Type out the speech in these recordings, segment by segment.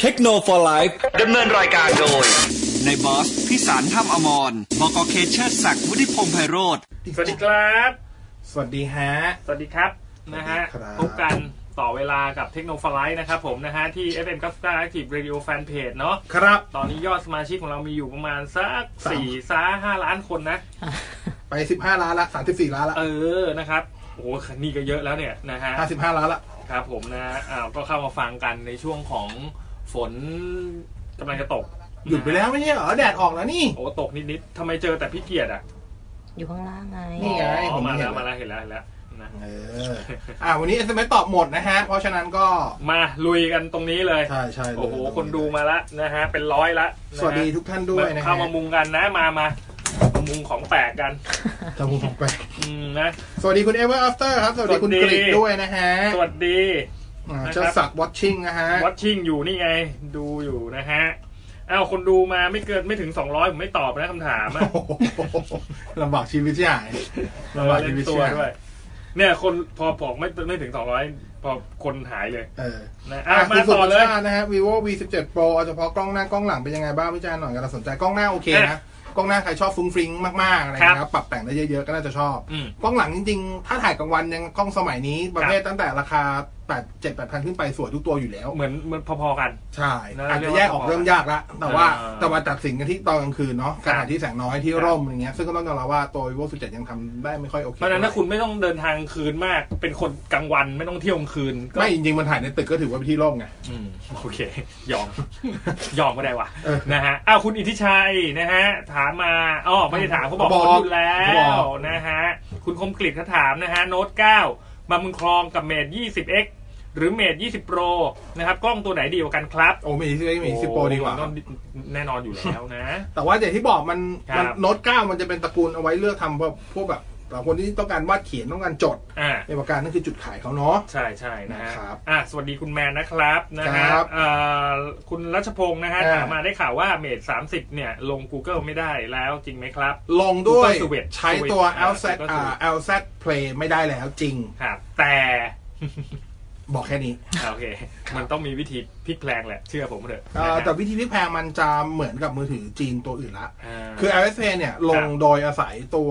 เทคโนโลยี ดำเนินรายการโดย ในบอสพิสารถ้ำอมรบกเคเชอร์ศักดิ์วุฒิพงษ์ไพโรธ สวัสดีครับ สวัสดีฮะ สวัสดีครับนะฮะ สวัสดีครับ พบกันต่อเวลากับเทคโนโลยีนะครับผมนะฮะ ที่ FM 99 Active Radio Fan Page เนาะ ครับ ตอนนี้ยอดสมาชิกของเรามีอยู่ประมาณสัก สาม สี่ซ้าห้าล้านคนนะ ไปสิบห้าล้านละสามสิบสี่ล้านละ เออ นะครับ โอ้โหนี่ก็เยอะแล้วเนี่ยนะฮะ ห้าสิบห้าล้านละ ครับผมนะอ้าวก็เข้ามาฟังกันในช่วงของฝนกำลังจะตก หยุดไปแล้วไม่ใช่เหรอ แดดออกแล้วนี่ โอ้ตกนิดๆทำไมเจอแต่พี่เกียรติอ่ะ อยู่ข้างล่างไง นี่ไง อ๋อมาแล้ผมเห็นวแล้ว มาแล้วเห็นแล้วเห็นแล้วนะ เออ อ่าวันนี้ SMS ตอบหมดนะฮะ เพราะฉะนั้นก็ มาลุยกันตรงนี้เลย ใช่ใช่เลย โอ้โห คนดูมาละนะฮะ เป็นร้อยละนะฮะ สวัสดีทุกท่านด้วยนะ เข้า ฮะ มามุงกันนะ มามามามุงของแปลกกัน จะพูดของไป อืมนะ สวัสดีคุณเอเวอร์อัฟเตอร์ครับ สวัสดีคุณ สวั ก สดี ริกด้วยนะฮะ สวัสดี อ่า นะครับ เจ้าสักวอชชิ่งนะฮะ วัดชิงอยู่นี่ไง ดูอยู่นะฮะอ้าวคนดูมาไม่เกินไม่ถึง 200 ผมไม่ตอบนะคำถาม อะ โอ้โห ลำบากชีวิตที่หายลำบาก เล่ ชี น วิต ตั ที่ ว หาย ด้วย เนี่ยคนพอผมไม่ไม่ถึง 200 พอคนหายเลย เออ นะ อ่ะ อ่ะ คุ มา ณสุ ต่อ ภา เลย ชาตินะฮะ vivo v 1 7 pro เอาเฉพาะกล้องหน้ากล้องหลังเป็นยังไงบ้างวิจารณ์หน่อยกันเราสนใจกล้องหน้าโอเคนะกล้องหน้าใครชอบฟุ้งฟริ้งมากๆอะไรนะครับปรับแต่งได้เยอะๆก็น่าจะชอบ อืม กล้องหลังจริงๆ ถ้าถ่ายกลางวันยังกล้องสมัยนี้ประเภทตั้งแต่ราคา 8 7 8พันขึ้นไปสวยทุกตัวอยู่แล้ว เหมือนเหมือนพอๆกัน ใช่ นะ อาจจะแยกออกเริ่มยากละ แต่ว่า อ่า แต่ว่าตัดสินกันที่ตอนกลางคืนเนาะ ครั ข บ ณะที่แสงน้อยที่ร่มอย่างเงี้ยซึ่งก็ต้องยอมรับว่าตัว vivo 17 ยังทำได้ไม่ค่อยโอเค เพราะฉะนั้นถ้าคุณไม่ต้องเดินทางคืนมาก เป็นคนกลางวันไม่ต้องเที่ยวกลางคืนก็ ไม่จริงๆมันถ่ายในตึกก็ถือว่าเป็นที่ร่มไง อืมโอเค ยอม ยอมก็ได้ว่ะ เออ นะฮะอ้าวคุณอิทธิชัยนะฮะ ถามมาอ๋อไม่ได้ถามเขาบอก เขาบอก เขาดูแล้ เขาบ ว อก นะฮะ คุณคมกริบเขาถามนะฮะ โน้ต9มามุนคลองกับเมด 20x หรือเมด 20 Pro นะครับ กล้องตัวไหนดีกว่ากันครับ โอ้มีที่มีสิบโปรดีกว่า โอ้มันแน่นอนอยู่แล้ว นะ แต่ว่าอย่างที่บอกมัน คมัรับนโน้ตเก้ามันจะเป็นตระกูลเอาไว้เลือกทำพวกพวกแบบสำหรับคนที่ต้องการวาดเขียนต้องการจด อ่า ในประการนั่นคือจุดขายเขาเนาะ ใช่ใช่นะฮะ นะครับ อ่ะสวัสดีคุณแมนนะครับนะฮะ ครับ เอ่อคุณรัชพงศ์นะฮะ อ่า ถามมาได้ข่าวว่าเมดสามสิบเนี่ย ลง Google ไม่ได้แล้วจริงไหมครับ ลงด้วย Google Suite ใช้ตัว Suite อ่า LZ อ่า Google LZ Play ไม่ได้แล้วจริง ครับแต่ บอกแค่นี้ อ่ะโอเค มันต้องมีวิธีพลิกแพลงแหละ เชื่อผมเถอะ เอ่อแต่ นะฮะ วิธีที่แพงมันจะเหมือนกับมือถือจีนตัวอื่นละ อ่า คือ LZ Play เนี่ยลง ครับ โดยอาศัยตัว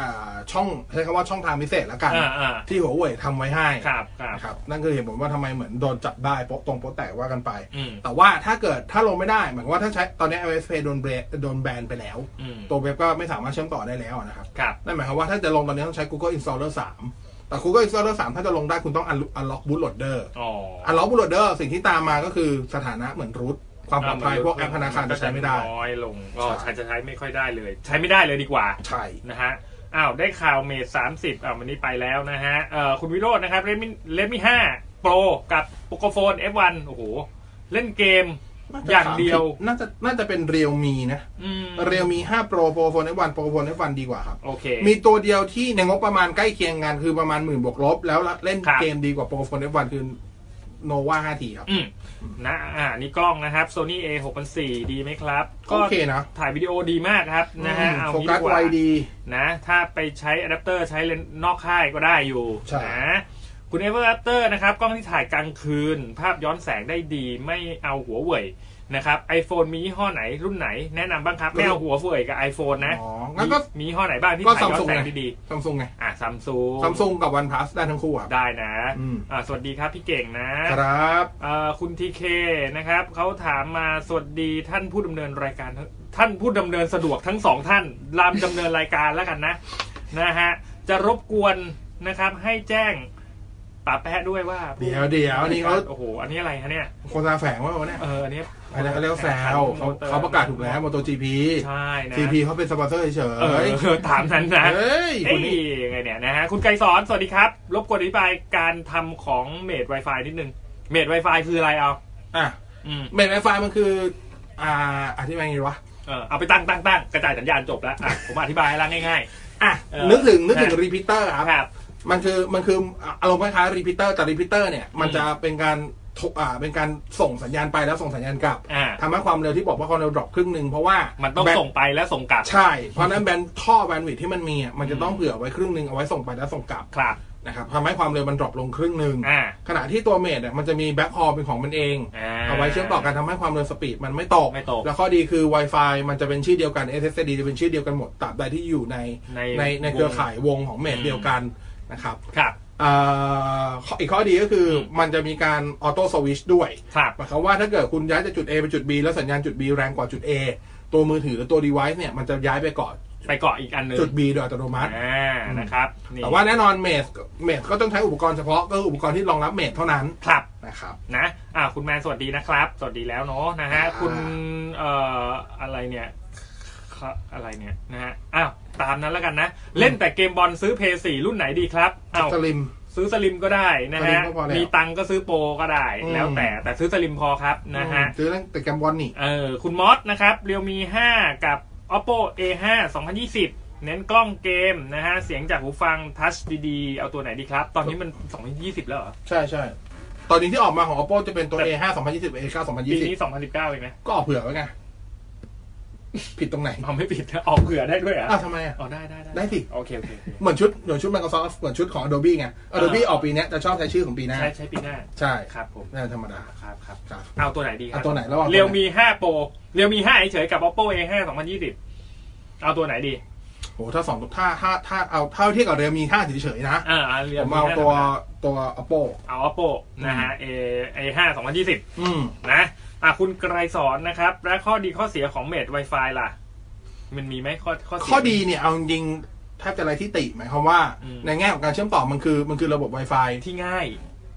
อ่าช่องใช้คำว่าช่องทางพิเศษแล้วกัน อ่าอ่า ที่หัวเว่ยทำไว้ให้ ครับครับ นะครับนั่นคือเหตุผลว่าทำไมเหมือนโดนจับได้โป๊ะตรงโป๊ะแตกว่ากันไป อืม แต่ว่าถ้าเกิดถ้าลงไม่ได้หมายความว่าถ้าใช้ตอนนี้ iOS Pay โดนเบรโดนแบนไปแล้ว อืม ตัวเว็บก็ไม่สามารถเชื่อมต่อได้แล้วนะครับ ครับ นั่นหมายความว่าถ้าจะลงตอนนี้ต้องใช้ Google Installer 3 แต่ Google Installer 3 ถ้าจะลงได้คุณต้อง unlo- unlock bootloader อ๋อ unlock bootloader สิ่งที่ตามมาก็คือสถานะเหมือนรูทความปลอดภัยพวกแอปธนาคารจะใช้ไม่ได้ น้อยลงก็ ใช่ ใช้จะใช้ไม่ค่อยได้เลย ใช้ไม่ได้เลยดีกว่า ใช่ นะฮะ อ้าว ได้ข่าวเมทสามสิบอ้าววันนี้ไปแล้วนะฮะ เอ่อ คุณวิโรจน์นะครับเลมิเลมิห้าโปรกับโปโกโฟน F1 โอ้โห เล่นเกม อย่างเดียว น่าจะน่าจะเป็น realme นะ อืม realme 5 pro pro phone f1 pro phone f1 ดีกว่าครับ โอเค มีตัวเดียวที่ในงบประมาณใกล้เคียงกันคือประมาณหมื่นบวกลบ แล้วเล่น ครับ เกมดีกว่าโปรโฟน F1 คือโนวา5ทีครับ อืมนะ อ่า นี่กล้องนะครับ Sony A 6 0 0ดีไหมครับ ก็ โอเคนะ ถ่ายวิดีโอดีมากครับ นะฮะ เอา โฟ งี้ กั ดี ส ก ไว ว่า ดี นะ ถ้าไปใช้อะแดปเตอร์ใช้เลนส์นอกค่ายก็ได้อยู่ ใช่ นะคุณเอเวอร์อะแดปเตอร์นะครับ กล้องที่ถ่ายกลางคืน ภาพย้อนแสงได้ดีไม่เอาหัวเว่ยนะครับ iPhone มียี่ห้อไหนรุ่นไหน แนะนำบ้างครับ ไม่เอาหัวเว่ยกับ iPhone นะ อ๋อ งั้นก็ มีมียี่ห้อไหนบ้างที่ ก็ ถ่ายย้อน Samsung แสง ไง ดี ซัมซุงไง ๆอ่ะซัมซุง ซัมซุงกับวันพ u สได้ทั้งคู่อ่ะ ได้นะ อืม อ่ะสวัสดีครับพี่เก่งนะ ครับ เอ่อคุณทีเคนะครับเขาถามมาสวัสดีท่านผู้ดำเนินรายการทั้งท่านผู้ดำเนินสะดวกทั้งสองท่านรามดำเนินรายการแล้วกันนะนะฮะจะรบกวนนะครับให้แจ้งป๋าแปะด้วยว่า เดี๋ยวเดี๋ยวอันนี้เขา โอ้โหอันนี้อะไรฮะเนี่ย โฆษณาแฝงว่าวะเนี่ย เอออันนี้ อันนี้เขาเรียกว่าแซวเขาเขาประกาศถูกแล้วมอโตจีพี ใช่นะ จีพีเขาเป็นสปอนเซอร์เฉย เออถามนั้นนะ เฮ้ยค เอ้ น ย นี้ ยังไงเนี่ยนะฮะคุณไกรสอนสวัสดีครับ รบกวนอธิบายการทำของเมด Wi-Fi นิดนึงเมด Wi-Fi คืออะไรเอา อ่ะ อืม เมนไวไฟมันคือ อ่าอธิบายไงดีวะ เออเอาไปตั้งตั้งตั้งกระจายสัญญาณจบแล้วอ่ะผมอธิบายให้ละง่าย อ่ะ เออ นึกถึงนึกถึง นะ รีพิเตอร์ครับ ๆครับ มันคือมันคืออารมณ์คล้ายๆรีพิเตอร์แต่รีพิเตอร์เนี่ยมันจะเป็นการทบอ่าเป็นการส่งสัญญาณไปแล้วส่งสัญญาณกลับ อ่า ทำให้ความเร็วที่บอกว่าความเร็วดรอปครึ่งหนึ่งเพราะว่ามั มันต้องส่งไปแล้วส่งกลับ ใช่ เพราะฉะนั้นแบนท่อแบนด์วิดที่มันมีอ่ะมันจะต้องเผื่อไว้ครึ่งหนึ่งเอาไว้ส่งไปแล้วส่งกลับ ครับ นะครับทำให้ความเร็วมันดรอปลงครึ่งหนึ่ง อ่า ขณะที่ตัวเมดเนี่ยมันจะมีแบ็คฮอลเป็นของมันเอง เอาไว้เชื่อมต่อกันทำให้ความเร็วสปีดมันไม่ตก ไม่ตก แล้วข้อดีคือ Wi-Fi มันจะเป็นชื่อเดียวกัน SSD จะเป็นชื่อเดียวกันหมดตราบใดที่อยู่ใน ใน ในใน วง เครือข่ายวงของเมดเดียวกันนะครับ ครับ อ่าข้ออีกข้อดีก็คืออมันจะมีการออโต้สวิชด้วย ครับ หมายความว่าถ้าเกิดคุณย้ายจากจุด A ไปจุด B แล้วสัญญาณจุด B แรงกว่าจุด A ตัวมือถือหรือตัว device เนี่ยมันจะย้ายไปก่อน ไปเกาะอีกอันหนึ่ง จุด B โดยอัตโนมัติ อ่านะครับนี่ แต่ว่าแน่นอนเมดเมดก็ต้องใช้อุปกรณ์เฉพาะก็คืออุปกรณ์ที่รองรับเมดเท่านั้น ครับ นะครับ นะอ่าคุณแมนสวัสดีนะครับ สวัสดีแล้วเนาะนะฮะ อ่า คุณเอ่ออะไรเนี่ยคะอะไรเนี่ยนะฮะ อ้าว ตามนั้นแล้วกันนะ เล่นแต่เกมบอลซื้อเพย์สี่รุ่นไหนดีครับอ้าว สลิม ซื้อสลิมก็ได้นะ สลิ ฮะ มก็พอแล้ว มีตังค์ก็ซื้อโปรก็ได้ อืม แล้วแต่แต่ซื้อสลิมพอครับนะฮะ ซื้อตั้งแต่แกมบอลนี่ เออคุณมอสนะครับเรียวมี 5 กับ oppo a5 2020 เน้นกล้องเกมนะฮะ เสียงจากหูฟังทัชดีๆ เอาตัวไหนดีครับ ตอนนี้มัน 2020 แล้วเหรอ ใช่ใช่ ตอนนี้ที่ออกมาของ oppo จะเป็นตัว แต่ a 5 2020 a 9 ปีนี้ 2020 2019เองนะ ก็ออกเผื่อไว้ไง ผิดตรงไหน เอาไม่ผิดนะออกเผื่อได้ด้วยเหรอ่ะ อ้าวทำไมอ่ะ อ๋อได้ได้ได้ ได้สิ โอเคโอเคโอเค เหมือนชุด เหมือนชุด Microsoft เหมือนชุดของ Adobe ไง Adobe เออ ออกปีเนี้ยจะชอบใช้ชื่อของปีหน้า ใช้ใช้ปีหน้า ใช่ ครับผม น่าธรรมดา ครับครับ ครับ เอาตัวไหนดีครั เอาตัวไหนระหว่างตัวไหน เรียวมี 5 โปรเรียวมี 5 เฉยๆกับ oppo a 5 2020 เอาตัวไหนดี โห ถ้าสองตัวถ้าถ้าถ้าเอาเท่าที่กับเรมี5เฉยๆนะ อ่าอ่าเรียว ผมเอาตัว 5 ตัว oppo เอา oppo นะฮะ a a 5 2020 อืม นะอ่ะคุณไกรสอนนะครับ และข้อดีข้อเสียของเมด Wi-Fi ล่ะ มันมีไหมข้อข้อเสีย ข้อดีเนี่ย เอาจริงๆแทบจะอะไรที่ติหมายความว่า อืม ในแง่ของการเชื่อมต่อมันคือ มันคือระบบ Wi-Fi ที่ง่าย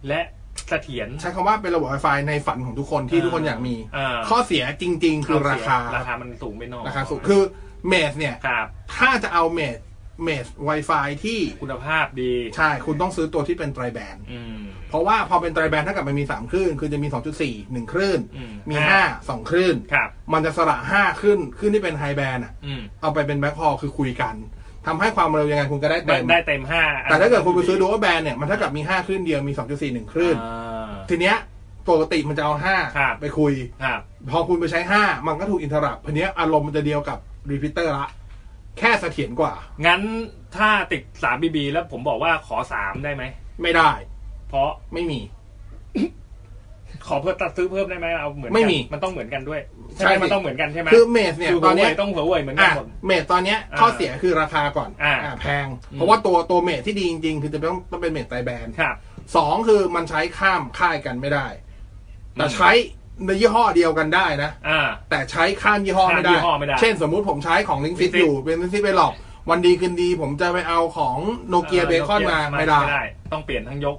และเสถียร ใช้คำว่าเป็นระบบ Wi-Fi ในฝันของทุกคนที่ อ่า ทุกคนอยากมี อ่า ข้อเสียจริง ๆ คือราคา ราคามันสูงไปหน่อย ราคาสูงคือเมสเนี่ย ครับ ถ้าจะเอาเมสเมส Wi-Fi ที่ คุณภาพดี ใช่ คุณต้องซื้อตัวที่เป็นไตรแบนด์ อืม เพราะว่าพอเป็นไตรแบนด์ถ้าเกิดมันมี 3 คลื่น คือจะมี 2.4 1 คลื่น อืม มี ห้า 5 2 คลื่น ครับ มันจะสละ 5 คลื่นคลื่นที่เป็นไฮแบนด์อะ อืม เอาไปเป็นแบ็คฮอลคือคุยกันทำให้ความเร็วยังไงคุณก็ได้ ได้ เต็ม ได้เต็มห้า แต่ถ้าเกิดคุณไปซื้อดูว่าแบนด์เนี่ยมันถ้ากับมี 5 คลื่นเดียวมี 2.4 1 คลื่น อ่า ทีเนี้ยปกติมันจะเอา ครับ 5 ไปคุย ครับ พอคุณไปใช้ 5 มันก็ถูกอินเทอร์รัพทีเนี้ยอารมณ์มันจะเดียวกับรีพิเตอร์ละ แค่เสถียรกว่า งั้นถ้าติดสามบีบีแล้วผมบอกว่าขอสามได้ไหม ไม่ได้ เพราะ ไม่มี ขอเพิ่มตัดซื้อเพิ่มได้ไหมเอาเหมือนกัน ไม่มี มันต้องเหมือนกันด้วย ใช่ ใช่ไหสิมมันต้องเหมือนกันใช่ไหม คือเมสเนี่ย คือ ต ต อ อน น เนี้ นี้ ย ต้องหัวเว่ยเหมือนกั อ่ะ นหมด เมสตอนเนี้ย อ่า ข้อเสียคือราคาก่อน อ่า ะแพง เพราะว่าตัวตัวเมสที่ดีจริงๆ คือจะต้องต้องเป็นเมสไตรแบรนด์ ครับ สองคือมันใช้ข้ามค่ายกันไม่ได้ แต่ใช้ในยี่ห้อเดียวกันได้นะ อ่า แต่ใช้ข้ามยี่ห้อ ข้าม ไม่ได้ ยี่ห้อไม่ได้ เช่นสมมุติผมใช้ของลิงฟิต Linkfit อยู่เป็นลิงฟิตไปหลอก วันดีคืนดีผมจะไปเอาของโนเกียเบคอนมาไม่ได้ ต้องเปลี่ยนทั้งยก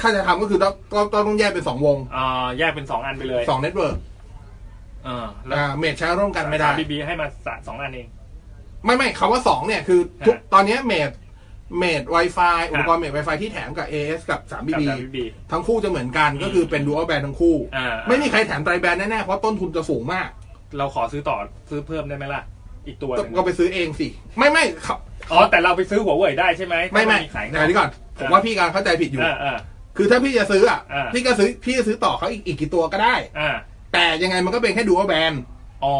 ถ้าจะทำก็คือต้องต้องต้องแยกเป็นสองวง เอ่อแยกเป็นสองอันไปเลย สองเน็ตเวิร์ก เออแล้ว เมดใช้ร่วมกันไม่ได้ บีบีให้มาสะสองอันเอง ไม่ไม่คำว่าสองเนี่ยคือทุก ฮะ ตอนเนี้เมดเมด Wi-Fi ครับ อุปกรณ์เมด Wi-Fi ที่แถมกับ AS กับ 3BB กับบีบี ทั้งคู่จะเหมือนกันก็คือเป็นดูอัลแบนทั้งคู่ อ่า ไม่มีใครแถมไตรแบนแน่ๆ เพราะต้นทุนจะสูงมาก เราขอซื้อต่อซื้อเพิ่มได้ไหมล่ะ อีกตัวหนึ่ง ก็ไปซื้อเองสิ ไม่ไม่ครับ อ๋อแต่เราไปซื้อหัวเว่ยได้ใช่ไหม ไม่ไม่ ถ้าขาย เดี๋ยวนี้ก่อน ผมว่าพี่การเข้าใจผิดอยู่ เออเออ คือถ้าพี่จะซื้ออ่ะ อ่า พี่ก็ซื้อพี่จะซื้อต่อเขาอีกอีกกี่ตัวก็ได้ อ่า แต่ยังไงมันก็เป็นแค่ดูอัลแบน อ๋อ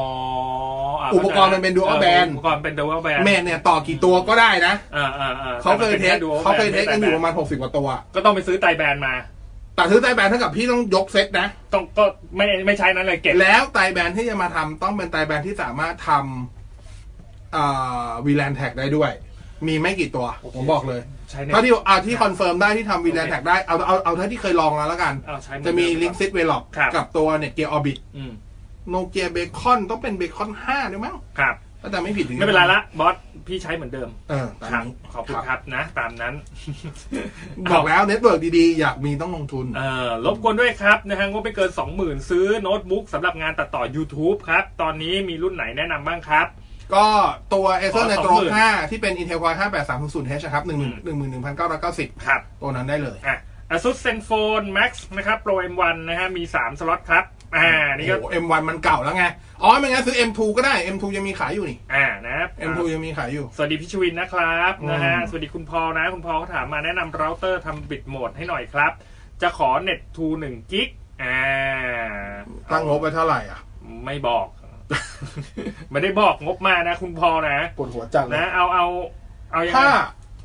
อ่ะ อุปกรณ์มันเป็น dual ออ band อุปกรณ์เป็นดูอัลแบน เมดเนี่ยต่อกี่ตัวก็ได้นะ อ่าอ่าอ่า เขาเคยเทส แต่มันป็นแค่ dual เขาเคย band เทสกันอยู่ประมาณหกสิบกว่าตัว ก็ต้องไปซื้อไตรแบนมา แต่ซื้อไตรแบนเท่ากับพี่ต้องยกเซตนะ ต้องก็ไม่ไม่ใช้นั้นเลยเก็บ แล้วไตรแบนที่จะมาทำต้องเป็นไตรแบนที่สามารถทำอ่าวีแลนแท็กได้ด้วย มีไม่กี่ตัว ผมบอกเลย ใช้ใน เท่าที่เอาที่คอนเฟิร์มได้ที่ทำวีแลนแท็กได้เอาเอาเอาเท่าที่เคยลองแล้วแล้วกัน เอาใช้หด จะมี เดิ ลิงซิตเวล็อก ครับ กับตัวเน็ตเกียร์ออบิท อืม โนเกียเบคอนต้องเป็นเบคอนห้าด้วยมั้ง ครับ ถ้าจำไม่ผิด ไม่เป็นไรละบอสพี่ใช้เหมือนเดิม เออตาม ครับ นี้ ขอบคุณครับนะ ตามนั้น บอกแล้วเน็ตเวิร์กดีๆ อยากมีต้องลงทุน เอ่อรบกวนด้วยครับนะฮะงบไม่เกิน 20,000 ซื้อโน้ตบุ๊กสำหรับงานตัดต่อ YouTube ครับ ตอนนี้มีรุ่นไหนแนะนำบ้างครับ ก็ตัว Acer ขอ Nitro 20,000 5 ที่เป็น Intel Core 5 8 3 0 0 H ครับ1 1 1 9 9 ครับ 0 ตัวนั้นได้เลย อ่ะ ASUS ZenFone Max นะครับ Pro M1 นะฮะมี 3 สล็อตครับ อ่า นี่ก็ โอ้ M1 มันเก่าแล้วไง อ๋อไม่งั้นซื้อ M2 ก็ได้ M2 ยังมีขายอยู่นี่ อ่านะ M2 ยังมีขายอยู่ สวัสดีพิชวินนะครับ อืม นะฮะสวัสดีคุณพอลนะ คุณพอลเขาถามมาแนะนำเราเตอร์ทำบิดโหมดให้หน่อยครับ จะขอเน็ตทูหนึ่งกิกอ่า ตั้งงบไว้เท่าไหร่อ่ะ ไม่บอก ไม่ได้บอกงบมานะ คุณพอนะ ปวดหัวจังเลย นะ เอาเอาเอายัง ถ้า ไง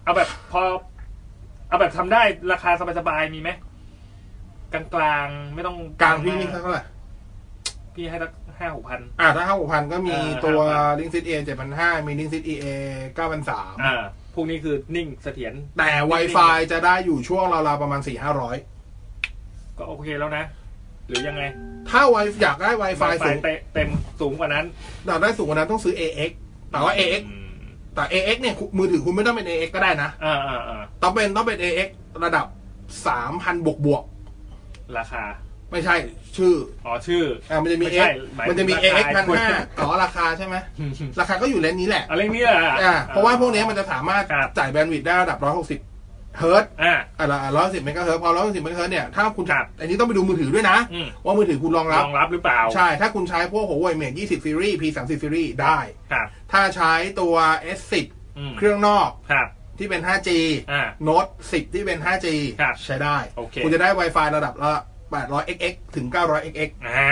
เอาแบบพอ เอาแบบทำได้ราคาสบายๆมีไหมกลางๆไม่ต้อง กลางพี่นี่เท่าไหร่ พี่ให้สักห้าหกพัน อ่าถ้าห้าหกพันก็มี เออ ตัว 5,000 l i n k s i t A 7,500 มี l i n k s i t EA 9,300 อ่าพวกนี้คือนิ่งเสถียร แต่ Wi-Fi จะได้อยู่ช่วงราวๆประมาณ 4-500 ก็โอเคแล้วนะ หรือยังไง ถ้า Wi-Fi อยากได้ ไฟ Wi-Fi สูง เต็มสูงกว่านั้น อยากได้สูงกว่านั้นต้องซื้อ AX แต่ว่า AX อืม แต่ AX เนี่ยมือถือคุณไม่ต้องเป็น AX ก็ได้นะ อ่าอ่าอ่า ต้องเป็นต้องเป็น AX ระดับ 3,000 บวกบวก ราคา ๆไม่ใช่ชื่อ อ๋อชื่อ อ่ามันจะมี ไม่ใช่ AX หมายถึง มันจะมี ราคา AX 1,500ต่อราคาใช่ไหมราคาก็อยู่เลนนี้แหละ อะไรเนี้ยอ่ะ อ่าเพราะว่าพวกนี้มันจะสามารถ ครับ จ่ายแบนด์วิดต์ได้ระดับ 160เฮิร์ตซ์ อ่า อ่ะร้อยสิบเมกะเฮิร์ตซ์พอร้อยสิบเมกะเฮิร์ตซ์เนี่ย ถ้าคุณ ครับ อันนี้ต้องไปดูมือถือด้วยนะ อืม ว่ามือถือคุณรอง ร รับ องรับหรือเปล่า ใช่ ถ้าคุณใช้พวก Huawei Mate 20 Series P 30 Series ได้ ครับ ถ้าใช้ตัว S อืม 10เครื่องนอก ครับ ที่เป็น 5G อ่า Note 10 ที่เป็น 5G ครับ ใช้ได้ โอเค คุณจะได้ Wi-Fi ระดับละ800 xx ถึง 900 xx อ่า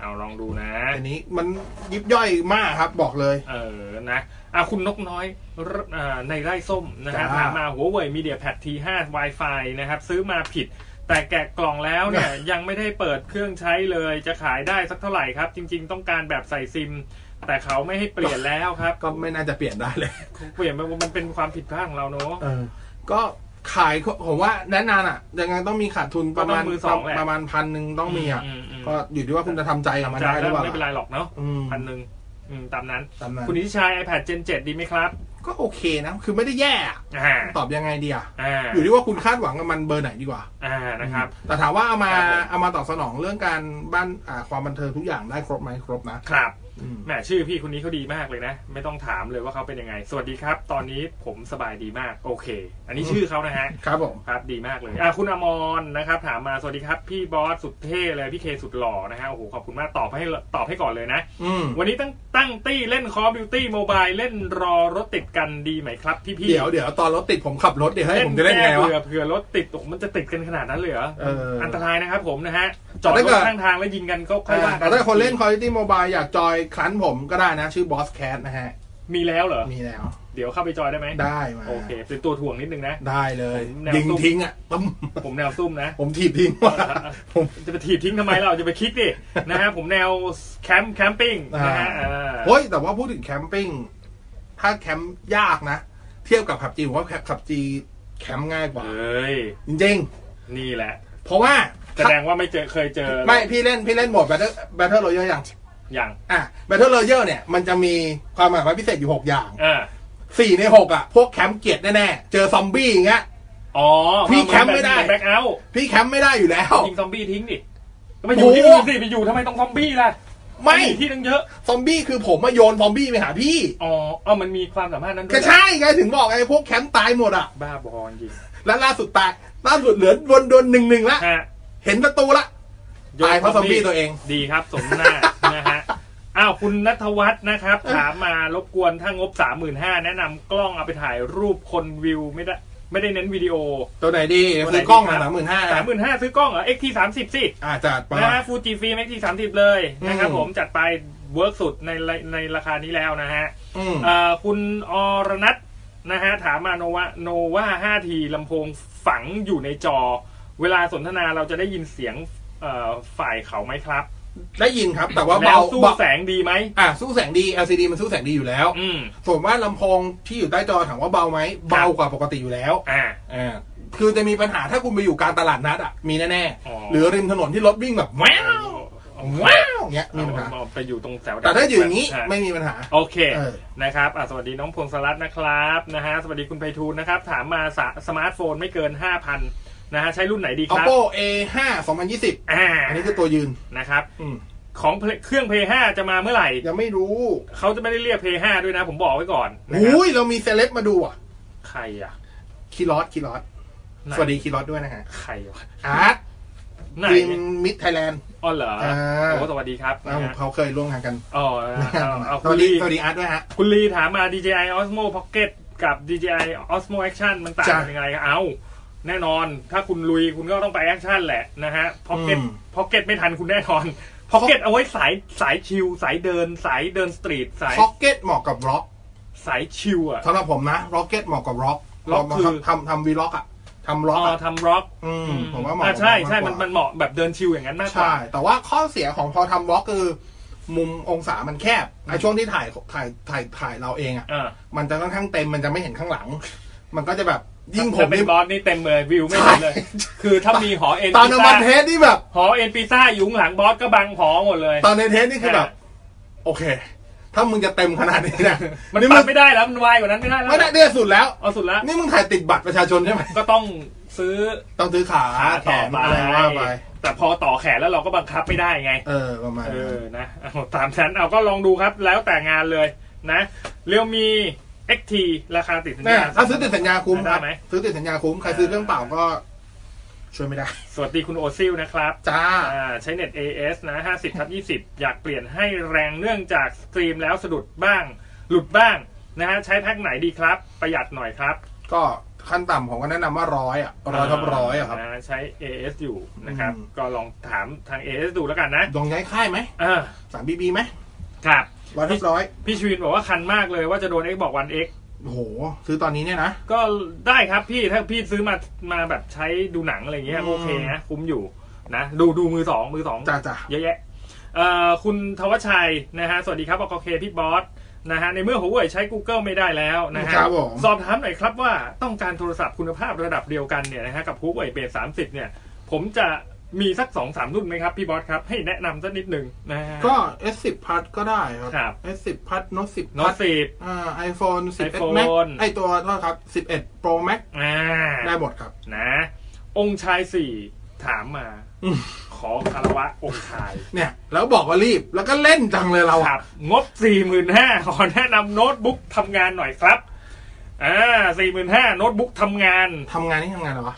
เอาลองดูนะ อันนี้มันยิบย่อยมากครับบอกเลย เออ นะอ่ะคุณนกน้อยรอ่าในไร่ส้มนะฮะ จ้า ถามมาหัวเว่ยมีเดียแพดทีห้า Wi-Fi นะครับ ซื้อมาผิด แต่แกะกล่องแล้วเนี่ย ยังไม่ได้เปิดเครื่องใช้เลย จะขายได้สักเท่าไหร่ครับ จริง ๆ ต้องการแบบใส่ซิม แต่เขาไม่ให้เปลี่ยนแล้วครับ ก็ไม่น่าจะเปลี่ยนได้เลย เปลี่ยนไปมันเป็นความผิดพลาดของเราเนอะ เออก็ขายผมว่าแนะนำอ่ะยังไงต้องมีขาดทุนประมาณ ก็ต้องมือสองแหละ ประมาณพันหนึ่งต้องมีอ่ะ อืมอืม ก็อยู่ที่ว่าคุณจะทำใจกับมัน จ่า ได้ ย หรื แล้ อ ว เปล่า ไม่เป็นไรหรอกเนาะ อืม พันหนึ่งอืมตามนั้น ตามนั้น คุณนิชัย iPad Gen 7 ดีไหมครับ ก็โอเคนะ คือไม่ได้แย่อะ อ่า ตอบยังไงดีอ่ะ อ่า อยู่ที่ว่าคุณคาดหวังกับมันเบอร์ไหนดีกว่า อ่านะครับ แต่ถามว่าเอามา ครับผม เอามาตอบสนองเรื่องการบ้านอ่าความบันเทิงทุกอย่างได้ครบไหมครบนะครับ อืม แหมชื่อพี่คนนี้เขาดีมากเลยนะ ไม่ต้องถามเลยว่าเขาเป็นยังไง สวัสดีครับ ตอนนี้ผมสบายดีมาก โอเค อันนี้ชื่อเขานะฮะ ครับผม ครับดีมากเลยอ่ะคุณอมรนะครับ ถามมาสวัสดีครับ พี่บอสสุดเท่เลยพี่เคสุดหล่อนะฮะโอ้โหขอบคุณมากตอบให้ตอบให้ก่อนเลยนะ อืม วันนี้ตั้งตั้งตี้เล่นคอ l บิวตี้โมบายเล่นรอรถติดกันดีไหมครับ พี่พี่ เดี๋ยวเดี๋ยวตอนรถติดผมขับรถเดี๋ยวให้ผมจะเล่นไง แก้ วะ เผื่อเผื่อรถติดโอ้โหมันจะติดกันขนาดนั้นเลยเหรอ เอออั นตรายนะครับผมนะฮะจอด แต่ ร ถ้าเกิ ถ ด ข้างทางแล้วยิงกันก็ค่อยว่ากั แต่ถ้าคนเล่น Quality Mobile อยากจอยคลันผมก็ได้นะ ชื่อบอสแคทนะฮะ มีแล้วเหรอ มีแล้ว เดี๋ยวเข้าไปจอยได้ไหม ได้มา โอเค เป็นตัวถ่วงนิดนึงนะ ได้เลย แนว ยิง ตุ้ม ทิ้งอ่ะ ตึ้ม ผมแนวซุ่มนะ ผมถีบทิ้งว่ะผม จะไปถีบทิ้งทำไมเราจะไปคิกดิ นะฮะ ผมแนวแคมป์แคมปิ้งนะฮะอ่า เฮ้ยแต่ว่าพูดถึงแคมปิ้งถ้าแคมป์ยากนะ เทียบกับขับจีผมว่าขับจีแคมป์ง่ายกว่า เอ้ย จริง นี่แหละ ๆ เพราะว่า แสดงว่าไม่เจอเคยเจอ ไม่พี่เล่นพี่เล่นโหมด Battle Battle Royale อย่าง อย่าง อ่ะ Battle Royale เนี่ย มันจะมีความหมายว่าพิเศษอยู่ 6 อย่าง อ่า 4 ใน 6 อ่ะ พวกแคมป์เกลียดแน่ๆ เจอซอมบี้อย่างเงี้ย อ๋อ พี่แคมป์ไม่ได้ แบ็คเอา พี่แคมป์ไม่ได้อยู่แล้ว ยิงซอมบี้ทิ้งดิก็ไปอยู่ที่อื่นสิไปอยู่ทำไมต้องซอมบี้ล่ะ ไม่ ที่ตั้งเยอะ ซอมบี้คือผมมาโยนซอมบี้ไปหาพี่ อ๋อเอ้ามันมีความสามารถนั้นด้ว ก็ ยเหรอ ใช่ไงถึงบอกไงพวกแคมป์ตายหมดอ่ะ บ้าบอจริง แล้วล่าสุดตายล่าสุดเหลือวนโดนหนึ่งหนึ่งละ ฮะ เห็นประตูละ ตายเพราะซอมบี้ตัวเอง ดีครับสมหน้า นะฮะอ้าวคุณนัทวัฒน์นะครับ ถามมารบกวนถ้างบสามหมื่นห้าแนะนำกล้องเอาไปถ่ายรูปคนวิวไม่ได้ไม่ได้เน้นวิดีโอ ตัวไหนดี ตัวไหนดี คือกล้องอะ คสารับ มหมื่นห้า สามหมื่นห้าซื้อกล้องเหรอ XT สามสิบสิ อ่าจัดไป นะฮะฟูจิฟิล์ม XT สามสิบเลยนะครับ อืม ผมจัดไปเวิร์กสุดในในราคานี้แล้วนะฮะ อืม เอ่อคุณอรนัทนะฮะถามมาโนวาโนวาห้าทีลำโพงฝังอยู่ในจอ เวลาสนทนาเราจะได้ยินเสียงเอ่อฝ่ายเขาไหมครับ ได้ยินครับ แต่ว่า แล้ เบาว สู้ เบา แสงดีไหม อ่าสู้แสงดี LCD มันสู้แสงดีอยู่แล้ว อืม ส่วนว่าลำโพงที่อยู่ใต้จอถามว่าเบาไหมเบากว่าปกติอยู่แล้ว อ่า อ่าคือจะมีปัญหาถ้าคุณไปอยู่กลารตลาดนัดอ่ะมีแน่ อ๋อ ๆหรือริมถนนที่รถวิ่งแบบแว้าวว้าวเงี้ยมีปัญหา เอาเอาไปอยู่ตรงแถว แต่ถ้าอยู่อย่างนี้ ฮะ ไม่มีปัญหา โอเค เออ นะครับอ่ะสวัสดีน้องพงศรัตน์นะครับ นะฮะ สวัสดีคุณไพฑูรย์นะครับ ถามมาสะสมาร์ทโฟนไม่เกิน 5,000 นะฮะ ใช้รุ่นไหนดีครับ Oppo A5 2020 อ่า อันนี้คือตัวยืน นะครับ อืม ของเครื่อง Play 5จะมาเมื่อไหร่ ยังไม่รู้ เขาจะไม่ได้เรียก Play 5ด้วยนะ ผมบอกไว้ก่อนนะครับ อุ้ยเรามีเซเลบมาดูอ่ะ ใครอ่ะ คีรอสคีรอส ไหน สวัสดีคีรอสด้วยนะฮะ ใครวะ อาร์ต ไหน ทีมมิดไทยแลนด์ อ๋อเหรอ อ่า โอ้สวัสดีครับนะฮะ เขาเคยร่วมงานกัน อ๋อเอาเอา ส คุ วั ณ สดี ลี สวัสดีอาร์ตด้วยฮะ คุณลีถามมา DJI Osmo Pocket กับ DJI Osmo Action มันต่างกัน จ้ะ ยังไงเอาแน่นอน ถ้าคุณลุยคุณก็ต้องไปแอคชั่นแหละนะฮะ Pocket อืม Pocket ไม่ทันคุณแน่นอน Pocket เอาไว้สายสายชิลสายเดินสายเดินสตรีทสาย พ็อกเก็ตเหมาะกับร็อก สายชิลอ่ะ สำหรับผมนะร็อกเก็ตเหมาะกับร็อก Rock คือ ทำทำวีล็อกอ่ะ ทำล็อก อ๋อ อะ ทำร็อก อืมผมว่าเหมาะ อ่ะใช่ กับ ใช่ กก มัน ว่า มันเหมาะแบบเดินชิลอย่างนั้นมากก ใช่ ว่า แต่ว่าข้อเสียของพอทำวอล์กคือ มุมองศามันแคบไอช่วงที่ถ่ายถ่ายถ่ายถ่ายเราเองอ่ะ อ่า มันจะค่อนข้างเต็มมันจะไม่เห็นข้างหลัง มันก็จะแบบยิ่งผ ถ้าม เป็น นี่ บอสนี่เต็มเลยวิวไม่เห็นเลย ใช่ คือถ้ามีหอเอ็น ตอน พิ เอา ซ มั ซ่าน เทสนี่แบบ หอเอ็นพิซซ่าอยู่ข้างหลังบอสก็บังหอหมดเลย ตอนในเทสนี่คือแบบ โอเค ถ้ามึงจะเต็มขนาดนี้นะ มัน นี่ ปั มัน ดไม่ได้แล้วมันวายกว่านั้นไม่ได้แล้ว ไม่ได้เดี่ยสุดแล้ว เอาสุดละ นี่มึงถ่ายติดบัตรประชาชนใช่ไหม ก็ต้องซื้อ ต้องซื้อขา ขา แขนอะไร ป ว่าไป แต่พอต่อแขนแล้วเราก็บังคับไม่ได้ไง เออประมาณ เอ นั้น อ นะเอาตามฉันเอาก็ลองดูครับแล้วแต่งานเลยนะ เรียวมี XT ราคาติดสัญ น่ะ ญา ถ้าซื้อติดสัญญาคุ้มครับ ได้ไหม ซื้อติดสัญญาคุ้มใครซื้อเครื่องเปล่าก็ช่วยไม่ได้ สวัสดีคุณโอซิลนะครับ จ้า อ่าใช้เน็ต AS นะ 50ทับ20 อยากเปลี่ยนให้แรงเนื่องจากสตรีมแล้วสะดุดบ้าง หลุดบ้างนะฮะใช้แพ็คไหนดีครับ ประหยัดหน่อยครับ ก็ขั้นต่ำผมก็แนะนำว่าร้อยอ่ะร้อยทับร้อยอ่ะครับ าใช้ AS อยู่นะครับ อืม ก็ลองถามทาง AS ดูแล้วกันนะ ลองย้ายค่ายไหม เออ สามบีบีไหม ครับ ร้อยทับร้อย พี่ชวินบอกว่าคันมากเลยว่าจะโดน X บอกวัน X โอ้โห ซื้อตอนนี้เนี่ยนะ ก็ได้ครับพี่ถ้าพี่ซื้อมามาแบบใช้ดูหนังอะไรเงี้ย อืม โอเคนะคุ้มอยู่นะดูดูมือสองมือสอง จ้าจ้า เยอะแยะเอ่อคุณทวชชัยนะฮะ สวัสดีครับบอกเคพี่บอสนะฮะ ในเมื่อหัวเว่ยใช้ Google ไม่ได้แล้วนะฮะ ครับผม สอบถามหน่อยครับว่าต้องการโทรศัพท์คุณภาพระดับเดียวกันเนี่ยนะฮะ กับหัวเว่ยเบสสามสิบเนี่ย ผมจะมีสักสองสามรุ่นไหมครับ พี่บอสครับ ให้แนะนำสักนิดหนึ่งนะฮะ ก็ S10 พัทก็ได้ครับ ครับ S10 พัทโน้ต10 โน้ พั ต ท สิบ อ่า iPhone 11 Max iPhone ไอตัวโทษครับ 11 Pro Max อ่า ได้หมดครับ นะ องค์ชายสี่ถามมา อืม ขอคารวะองค์ ชาย เนี่ย แล้วบอกว่ารีบแล้วก็เล่นจังเลยเรา ค อะ รับงบ 45,000ขอแนะนำโน้ตบุ๊กทำงานหน่อยครับ อ่า45,000โน้ตบุ๊กทำงาน ทำงานนี่ทำงานอะไรวะ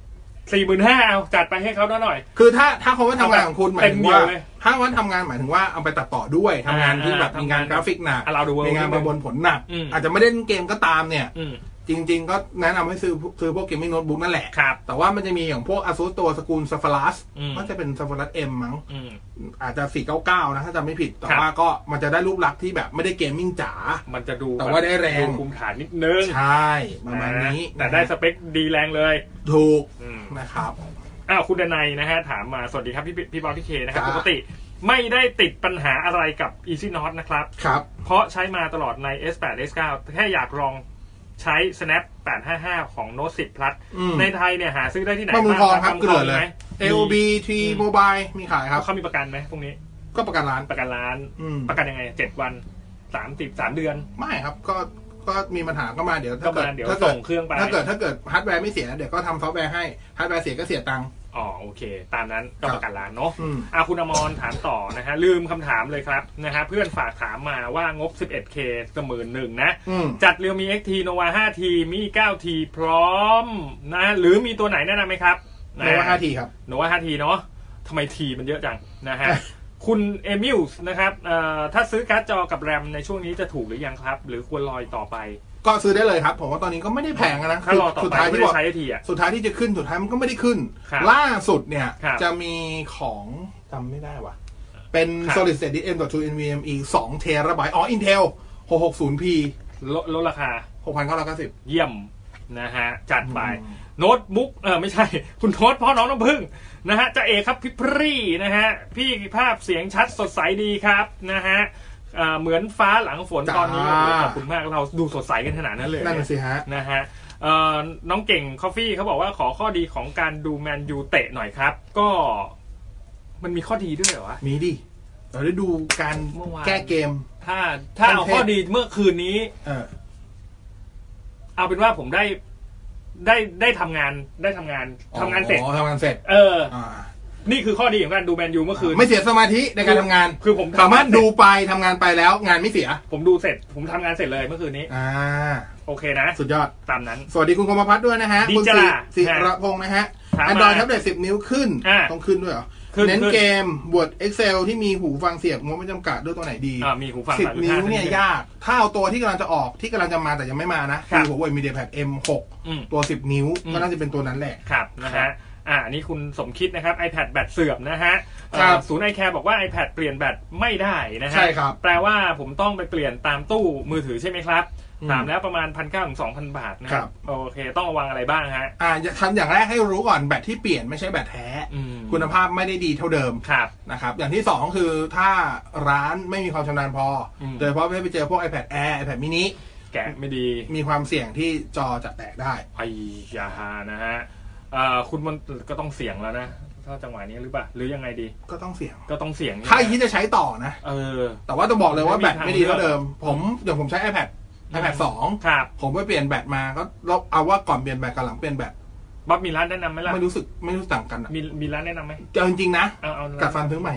45,000เอาจัดไปให้เขาหน่อย คือถ้าถ้าคำว่าทำงานของคุณหมายถึงว่า เต็มเหนียวเลย ถ้าคำว่าทำงานหมายถึงว่าเอาไปตัดต่อด้วยทำงานที่แบบ อ่า มีงาน ทำงาน กราฟิกหนัก อ่ะเราดู มีงานประมวลผลหนัก อืม อาจจะไม่ได้เล่นเกมก็ตามเนี่ย อืม จริง ๆ ก็แนะนำให้ซื้อซื้อพวกเกมมิ่งโน้ตบุ๊กนั่นแหละ ครับ แต่ว่ามันจะมีอย่างพวก ASUS ตัวสกูลซัฟฟารัส อืม ก็จะเป็นซัฟฟารัสเอ็มมั้ง อืม อาจจะ 499 นะถ้าจำไม่ผิด แต่ ครับ ว่าก็มันจะได้รูปลักษณ์ที่แบบไม่ได้เกมมิ่งจ๋า มันจะดู แต่ว่าได้แรง ดูคุมฐานนิดนึง ใช่ประมาณนี้ อ่แต่ได้สเปคดีแรงเลย ถูก อืม นะครับ อ้าวคุณดนัยนะฮะ ถามมาสวัสดีครับพี่พี่บอลพี่เคนะครับ จ้า ปกติไม่ได้ติดปัญหาอะไรกับ Easy n o t นะครับ ครับ เพราะใช้มาตลอดใน S8 S9 แค่อยากลองใช้ Snap 855 ของ Note 10 Plus อืม ในไทยเนี่ยหาซื้อได้ที่ไหน มามือพองครับเกลือเลย ไหม LB T Mobile มีขายครับ เขามีประกันไหมพวกนี้ ก็ประกันร้าน ประกันร้าน อืม ประกันยังไงเจ็ดวันสามสิบสามเดือน ไม่ครับก็ก็มีปัญหาก็มาเดี๋ยวถ้าเกิด ก็มาเดี๋ยว ถ้ากิ ส่งเครื่องไป ถ้าเกิดถ้าเกิดฮาร์ดแวร์ไม่เสียเดี๋ยวก็ทำซอฟต์แวร์ให้ฮาร์ดแวร์เสียก็เสียตังค์ อ๋อโอเค ตามนั้นคก็รับ ประกันร้านเนาะ อืม อ่ะคุณอมรถามต่อนะฮะ ลืมคำถามเลยครับนะฮะเพื่อนฝากถามมาว่างบ 11K เสมือนหนึ่งนะ อืม จัดเรียวมี XT n o v a 5T มี 9T พร้อมนะ หรือมีตัวไหนแนะนำไหมครับ โนวาห้าทีครับ โนวา 5T เนาะทำไม T มันเยอะจังนะฮะ คุณเอมิลส์นะครับเอ่อถ้าซื้อการ์ดจอกับแรมในช่วงนี้จะถูกหรือยังครับ หรือควรรออีกต่อไป ก็ซื้อได้เลยครับผมว่าตอนนี้ก็ไม่ได้แพงนะ ถ้ารอต่อ สุด ไป ท้าย ไม่ ที่บ ได้ อก ใช้ทีอ่ะ สุดท้ายที่จะขึ้นสุดท้ายมันก็ไม่ได้ขึ้น ครับ ล่าสุดเนี่ย ครับ จะมีของจำไม่ได้ว่ะ เป็น ครับ solid state m.2 NVMe 2เทราไบต์อ๋อ Intel 660p ลดลดราคา 6990 เยี่ยมนะฮะ จัดไป โน้ตบุ๊กเออไม่ใช่ คุณโน้ตพ่อน้องน้ำพึ่งนะฮะจะเอกครับพี่พรี่นะฮะ พี่ภาพเสียงชัดสดใสดีครับนะฮะเอ่อเหมือนฟ้าหลังฝน จ้า ตอนนี้โอ้โหขอบคุณมากเราดูสดใสกันขนาดนั้นเลย นั่นนะสิฮะ นะฮะเอ่อน้องเก่งคอฟฟี่เขาบอกว่าขอข้อดีของการดูแมนยูเตะหน่อยครับ ก็มันมีข้อดีด้วยเหรอวะ มีดิ เราได้ดูการ เมื่อวาน แก้เกม ถ้าถ้าเอาข้อดีเมื่อคืนนี้ เออ เอาเป็นว่าผมได้ได้ได้ทำงานได้ทำงานทำงานเสร็จ อ๋อทำงานเสร็จ เออ อ่า นี่คือข้อดีของการดูแมนยูเมื่อคืน ไม่เสียสมาธิในการทำงาน คือผมทำ สามารถดูไปทำงานไปแล้วงานไม่เสีย ผมดูเสร็จ ผมทำงานเสร็จเลยเมื่อคืนนี้ อ่า โอเคนะ สุดยอด ตามนั้น สวัสดีคุณกรมพัฒน์ด้วยนะฮะ ดี คุณ จ้ะ ศิ ล่ะ ศิระพงษ์นะฮะ ถามมา แอนดรอยแท็บเล็ต10 นิ้วขึ้น อ่า ต้องขึ้นด้วยเหรอ ขึ้น เน้น ขึ้น เกมบวช Excel ที่มีหูฟังเสียบงบไม่จำกัดด้วยตัวไหนดี อ่ามีหูฟัง สิบ สามสิบ นิ้ ห้าว เนี่ย นิ้ว ยาก ถ้าเอาตัวที่กำลังจะออกที่กำลังจะมาแต่ยังไม่มานะ คคืรับ อ Huawei MediaPad M6 อืม ตัว 10 นิ้ว อืม ก็น่าจะเป็นตัวนั้นแหละ ครับนะฮะ อ่าอันนี่คุณสมคิดนะครับ iPad แบตเสื่อมนะฮะเอ่อ ครับ ศูนย์ไอแคร์บอกว่า iPad เปลี่ยนแบตไม่ได้นะฮะ ใช่ครับ แปลว่าผมต้องไปเปลี่ยนตามตู้มือถือใช่ไหมครับ อืม ถามแล้วประมาณพันเก้าถึงสองพันบาทนะครับ โอเค ต้องระวังอะไรบ้างฮะ อ่าอย่าทำอย่างแรกให้รู้ก่อนแบตที่เปลี่ยนไม่ใช่แบตแท้ อืม คุณภาพไม่ได้ดีเท่าเดิม ครับ นะครับอย่างที่สองคือถ้าร้านไม่มีความชำนาญพออ ม โดยเฉพาะไม่ไปเจอพวก iPad Air iPad mini แกะไม่ดี มีความเสี่ยงที่จอจะแตกได้ ไอ้ยาฮานะฮะเอ่อคุณมันก็ต้องเสียงแล้วนะถ้าจังหวะนี้หรือเปล่าหรือยังไงดี ก็ต้องเสี่ยง ก็ต้องเสียง ถ้าคิดจะใช้ต่อนะ เออ แต่ว่าต้องบอกเลยว่า ไม่มี แบตไม่ดี ทางเลือก เท่าเดิม ผมอย่างผมใช้ iPad iPad ครับ 2 ผมไปเปลี่ยนแบตมาก็เราเอาว่าก่อนเปลี่ยนแบตกับหลังเปลี่ยนแบต บ๊อบมีร้านแนะนำไหมล่ะ ไม่รู้สึกไม่รู้สึกต่างกันอะ มีมีร้านแนะนำไหม เอาจริงๆนะ เอาเอาร้า กัดฟันซื้อใหม่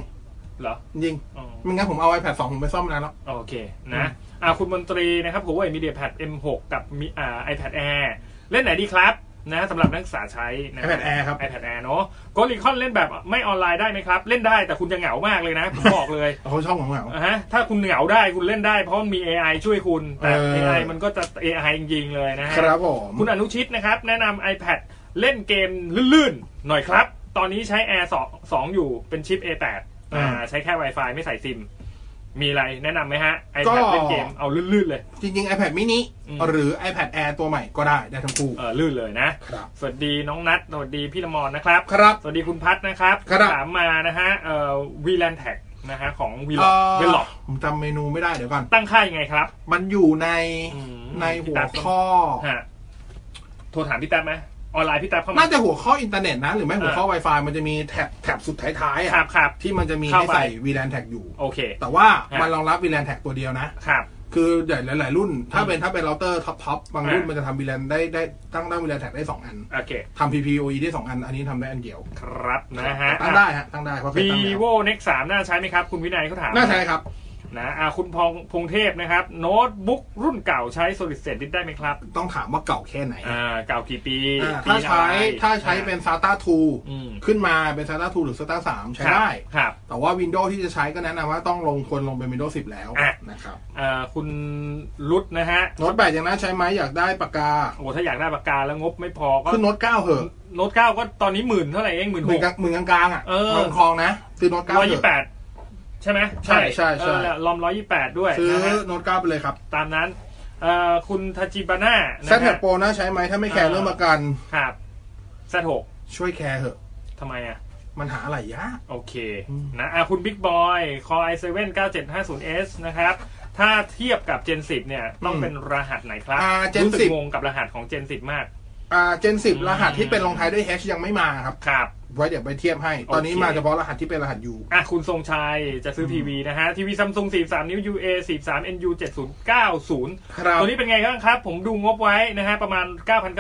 เหรอ จริง อ๋อ ไม่งั้นผมเอา iPad 2 ผมไปซ่อมมานานแล้ว โอเคนะอ่าคุณมนตรีนะครับ Huawei MediaPad M6 กับมีอ่า iPad Air เล่นไหนดีครับนะสำหรับนักศึกษาใช้นะ iPad Air ครับ iPad Air เนอะโกลิคอนเล่นแบบไม่ออนไลน์ได้ไหมครับ เล่นได้แต่คุณจะเหงามากเลยนะผม บอกเลย เขาชอบของเหงา อ่าฮะถ้าคุณเหงาได้คุณเล่นได้เพราะมันมี AI ช่วยคุณ แต่ เออ AI มันก็จะ AI จริงๆเลยนะฮะ ครับผม คุณอนุชิตนะครับ แนะนำ iPad เล่นเกมลื่นๆ หน่อยครับ ตอนนี้ใช้ Air 2 2 อยู่เป็นชิป A8 อ่า อ่า ใช้แค่ Wi-Fi ไม่ใส่ซิม มีอะไรแนะนำไหมฮะ ก็ iPad เล่นเกมเอาลื่นๆเลย จริงๆ iPad mini อืม หรือ iPad Air ตัวใหม่ก็ได้ได้ทั้งคู่ เออลื่นเลยนะ ครับ สวัสดีน้องนัทสวัสดีพี่ละมอนนะครับ ครับ สวัสดีคุณพัฒนะครับ ครับ ถามมานะฮะเอ่อวีแลนแท็กนะฮะของวี เอ่อ ล็อก ผมจำเมนูไม่ได้เดี๋ยวก่อน ตั้งค่ายังไงครับ มันอยู่ใน อืม ใน พี่ หัว ตั๊ก ข้อ ฮะโทรถามพี่แต๊บไหมออนไลน์พี่แต๊บเข้ามา น่าจะหัวข้ออินเทอร์เน็ตนะ หรือไม่หัวข้อ Wi-Fi มันจะมีแท็บแท็บสุดท้ายๆ ครั อะ บครับ ที่มันจะมี เข้า ให้ ไป ใส่ VLAN tag อยู่ โอเค แต่ว่า ฮะ มันรองรับ VLAN tag ตัวเดียวนะ ครับ คือใหญ่หลาย ๆ รุ่น ถ้าเป็นถ้าเป็นเราเตอร์ท็อปท็อปบางรุ่น ฮะ มันจะทำ VLAN ได้ได้ตั้งตั้ง VLAN tag ได้ 2 อัน โอเค ทำ PPOE ได้ 2 อัน อันนี้ทำได้อันเดียว ครับนะฮะ ตั้งได้ฮะตั้งได้เพราะเคยตั้งแล้ว vivo next 3น่าใช้ไหมครับ คุณวินัยเขาถาม น่าใช้ครับ นะอ่าคุณพงพงเทพนะครับ โน้ตบุ๊กรุ่นเก่าใช้ solid state disk ได้ไหมครับ ต้องถามว่าเก่าแค่ไหน อ่า เก่ากี่ปี อ่า ปี ถ้าใช้ อะไร ถ้าใช้เป็น SATA อืม 2 ขึ้นมาเป็น SATA 2หรือ SATA 3ใช้ได้ ครับ แต่ว่า Windows ที่จะใช้ก็แนะนำว่าต้องลงควรลงเป็น Windows 10 แล้ว อ่ะ นะครับ อ่าคุณรุดนะฮะ โน้ตแปดอย่างน่าใช้ไหมอยากได้ปากกา โอ้ถ้าอยากได้ปากกาแล้วงบไม่พอก็ ขึ้นโน้ตเก้าเหอะ โน้ตเก้าก็ตอนนี้หมื่นเท่าไหร่เองหมื่น ห ห มื่น ก กลางหมื่นกลางๆอ่ะ เออ ลงคลองนะ ซื้อโน้ตเก้า ร้อย เห ยี่ อะ แปดใช่ไหม ใช่ใช่ใช่ เออแล้วลอมร้อยยี่แปดด้วย ซื้อ นะฮะ โน้ตเก้าไปเลยครับ ตามนั้นเอ่อคุณทาจิบาน่า แซ นะ ดแพ ฮะ ดโปรน่าใช้ไหมถ้าไม่แคร์ อ่า เรื่องประกัน ครับแซดหก ช่วยแคร์เหอะ ทำไมอ่ะ มันหาอะไรยาก โอเค อืม นะอ่ะคุณบิ๊กบอยคอ i7 9750s นะครับ ถ้าเทียบกับ Gen 10 เนี่ย ต้องเป็นรหัสไหนครับ อ่า Gen รู้สึก 10 งงกับรหัสของ Gen 10 มาก อ่าเจนสิบ อืม รหัสที่เป็นลงท้ายด้วย H ยังไม่มาครับ ครับ ไว้เดี๋ยวไปเทียบให้ ตอนนี้ โอเค มาเฉพาะรหัสที่เป็นรหัส U อ่ะ คุณทรงชัยจะซื้อทีวีนะฮะ ทีวีซัมซุง43 นิ้ว UA 43 NU 7090 ครับ ตัวนี้เป็นไงบ้างครับ ผมดูงบไว้นะฮะ ประมาณ 9,900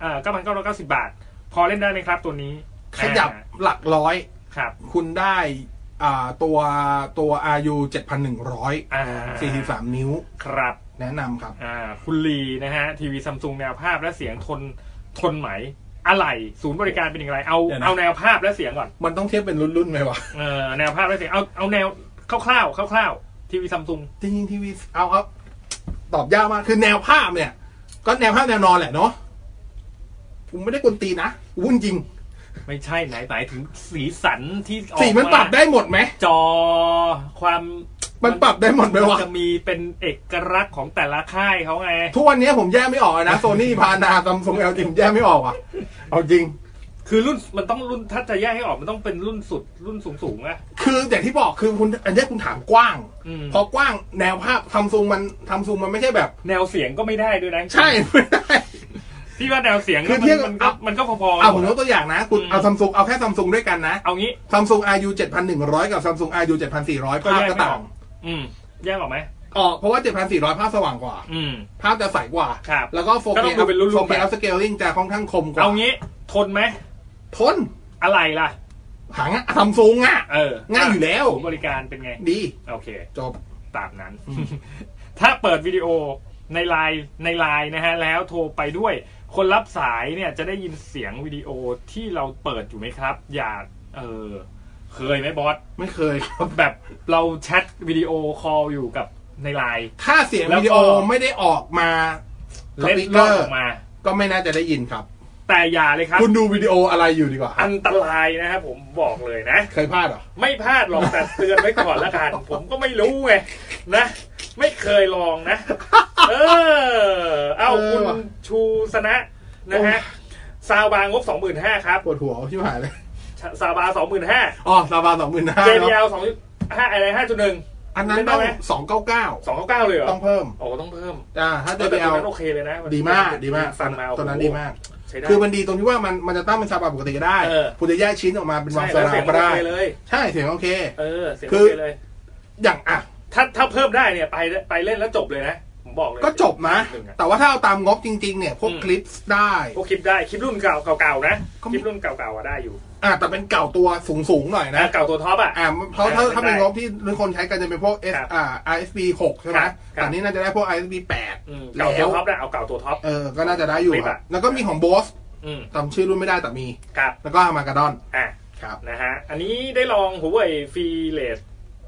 เอ่อ9,990 บาท พอเล่นได้ไหมครับตัวนี้ ขยับ อ่า หลักร้อย ครับ คุณได้อ่าตัวตัว RU 7,100 อ่า 43 นิ้ว ครับ แนะนำครับ อ่าคุณลีนะฮะ ทีวีซัมซุงแนวภาพและเสียงทนทนไหม อะไรศูนย์บริการเป็นอย่างไร เอา เดี๋ยวนะ เอาแนวภาพและเสียงก่อน มันต้องเทียบเป็นรุ่นๆไหมวะ เออแนวภาพและเสียงเอาเอาแนวคร่าวๆคร่าวๆทีวีซัมซุง จริงๆทีวีเอาครับตอบยากมากคือแนวภาพเนี่ย ก็แนวภาพแนวนอนแหละเนาะผมไม่ได้กวนตีนนะวุ่นจริง ไม่ใช่ไหนหมายถึงสีสันที่ออก สีมันปรับได้หมดไหม จอความ มันปรับได้หมดไหม มัน วะ จะมีเป็นเอกลักษณ์ของแต่ละค่ายเขาไง ทุกวันนี้ผมแยกไม่ออกนะโซนี่พานาซัมซุงเอลจีผมแยกไม่ออกอ่ะเอาจริง คือรุ่นมันต้องรุ่นถ้าจะแยกให้ออกมันต้องเป็นรุ่นสุดรุ่นสูงสูงๆอะ คืออย่างที่บอกคือคุณอันนี้คุณถามกว้าง อืม พอกว้างแนวภาพซัมซุงมันซัมซุงมันไม่ใช่แบบ แนวเสียงก็ไม่ได้ด้วยนะ ใช่ไม่ได้ พี่ว่าแนวเสียง คือเทียบกับ มันก็มันก็พอๆ เอาผมยกตัวอย่างนะ คุณ อืม เอาซัมซุงเอาแค่ซัมซุงด้วยกันนะ เอางี้ ซัมซุง RU 7,100 กับซัมซุง RU 7,400ภาพก็ต่าง อืม แยกออกไหม อ๋อเพราะว่า 7,400 ภาพสว่างกว่า อืม ภาพจะใสกว่า ครับ แล้วก็ ก็ 4K ต้องดูเป็นรุ่นๆ 4K upscaling จะค่อนข้างคมกว่า เอางี้ ทนไหม ทน อะไรล่ะ หางซัมซุงอ่ะ เออ ง่ายอยู่แล้ว ศูนย์บริการเป็นไง ดี โอเค จบ ตามนั้น ถ้าเปิดวิดีโอในไลน์ในไลน์นะฮะ แล้วโทรไปด้วย คนรับสายเนี่ยจะได้ยินเสียงวิดีโอที่เราเปิดอยู่ไหมครับ อย่า เออ เคยไหมบอส ไม่เคยครับ แบบเราแชทวิดีโอคอลอยู่กับในไลน์ ถ้าเสียง แล้วก็ วิดีโอไม่ได้ออกมาส เล็ด ปีกเก ลอ อก อ ร์ อกมา ก็ไม่น่าจะได้ยินครับ แต่อย่าเลยครับ คุณดูวิดีโออะไรอยู่ดีกว่า อันตรายนะครับผมบอกเลยนะ เคยพลาดเหรอ ไม่พลาดหรอกแต่เตือนไว้ก่อนละกัน ผมก็ไม่รู้ไงนะ ไม่เคยลองนะ เออ เอา เออ คุณ ว่ะ ชูสนะนะฮะซาวบาร์งบสองหมื่นห้าครับ ปวดหัวชิบหายเลย ซาวบาสองหมื่นห้า อ๋อซาบาสองหมื่นห้า เจดีสองห้าอะไรห้าจุดหนึ่ง อันนั้นต้องสองเก้าเก้า สองเก้าเก้าเลยเหรอ ต้องเพิ่ม โอ้ต้องเพิ่ม อ่าถ้า แต่ตัว JBL นั้นโอเคเลยนะ ดีมากดีมาก ฟังมาโอ้โห ตัวนั้นดีมาก ใช้ได้ คือมันดีตรงที่ว่ามันมันจะตั้งเป็นซาบาปกติก็ได้ เออ คุณจะแยกชิ้นออกมาเป็นวาง ใช่ ส แล้ว ลา เสียง ก็ โอ ได้ เคเลย ใช่เสียงโอเค เออเสียง คื โอ อ เคเลย อย่างอ่ะ ถ้าถ้าเพิ่มได้เนี่ยไปไปเล่นแล้วจบเลยนะผมบอกเลย ก็จบนะ หนึ่งอะ แต่ว่าถ้าเอาตามงบจริงๆ เนี่ย พวก อืม คลิปได้ พวกคลิปได้คลิปรุ่นเก่าเก่าๆนะ ก็ ค มี ลิปรุ่นเก่าๆอะได้อยู่ อ่ะแต่เป็นเก่าตัวสูงๆหน่อย นะ นะ เก่าตัวท็อปอ่ะ อ่าเพราะถ้า อ่า ถ้าเป็น ได้ งบที่หรือคนใช้กันจะเป็นพวก S ครับ อ่า ISB 6 ใช่ไหม ครับครับ แต่นี้น่าจะได้พวก ISB 8 อืม แล้ เก่าวตัวท็อปนะเอาเก่าตัวท็อป เออ ก็น่าจะได้อยู่ ไม่ ค บะ รับแล้วก็มีของ Bose อืม จำชื่อรุ่นไม่ได้แต่มี ครับ แล้วก็ Armageddon อ่ะ ครับ นะฮะอันนี้ได้ลองหัวเว่ยฟรีเลส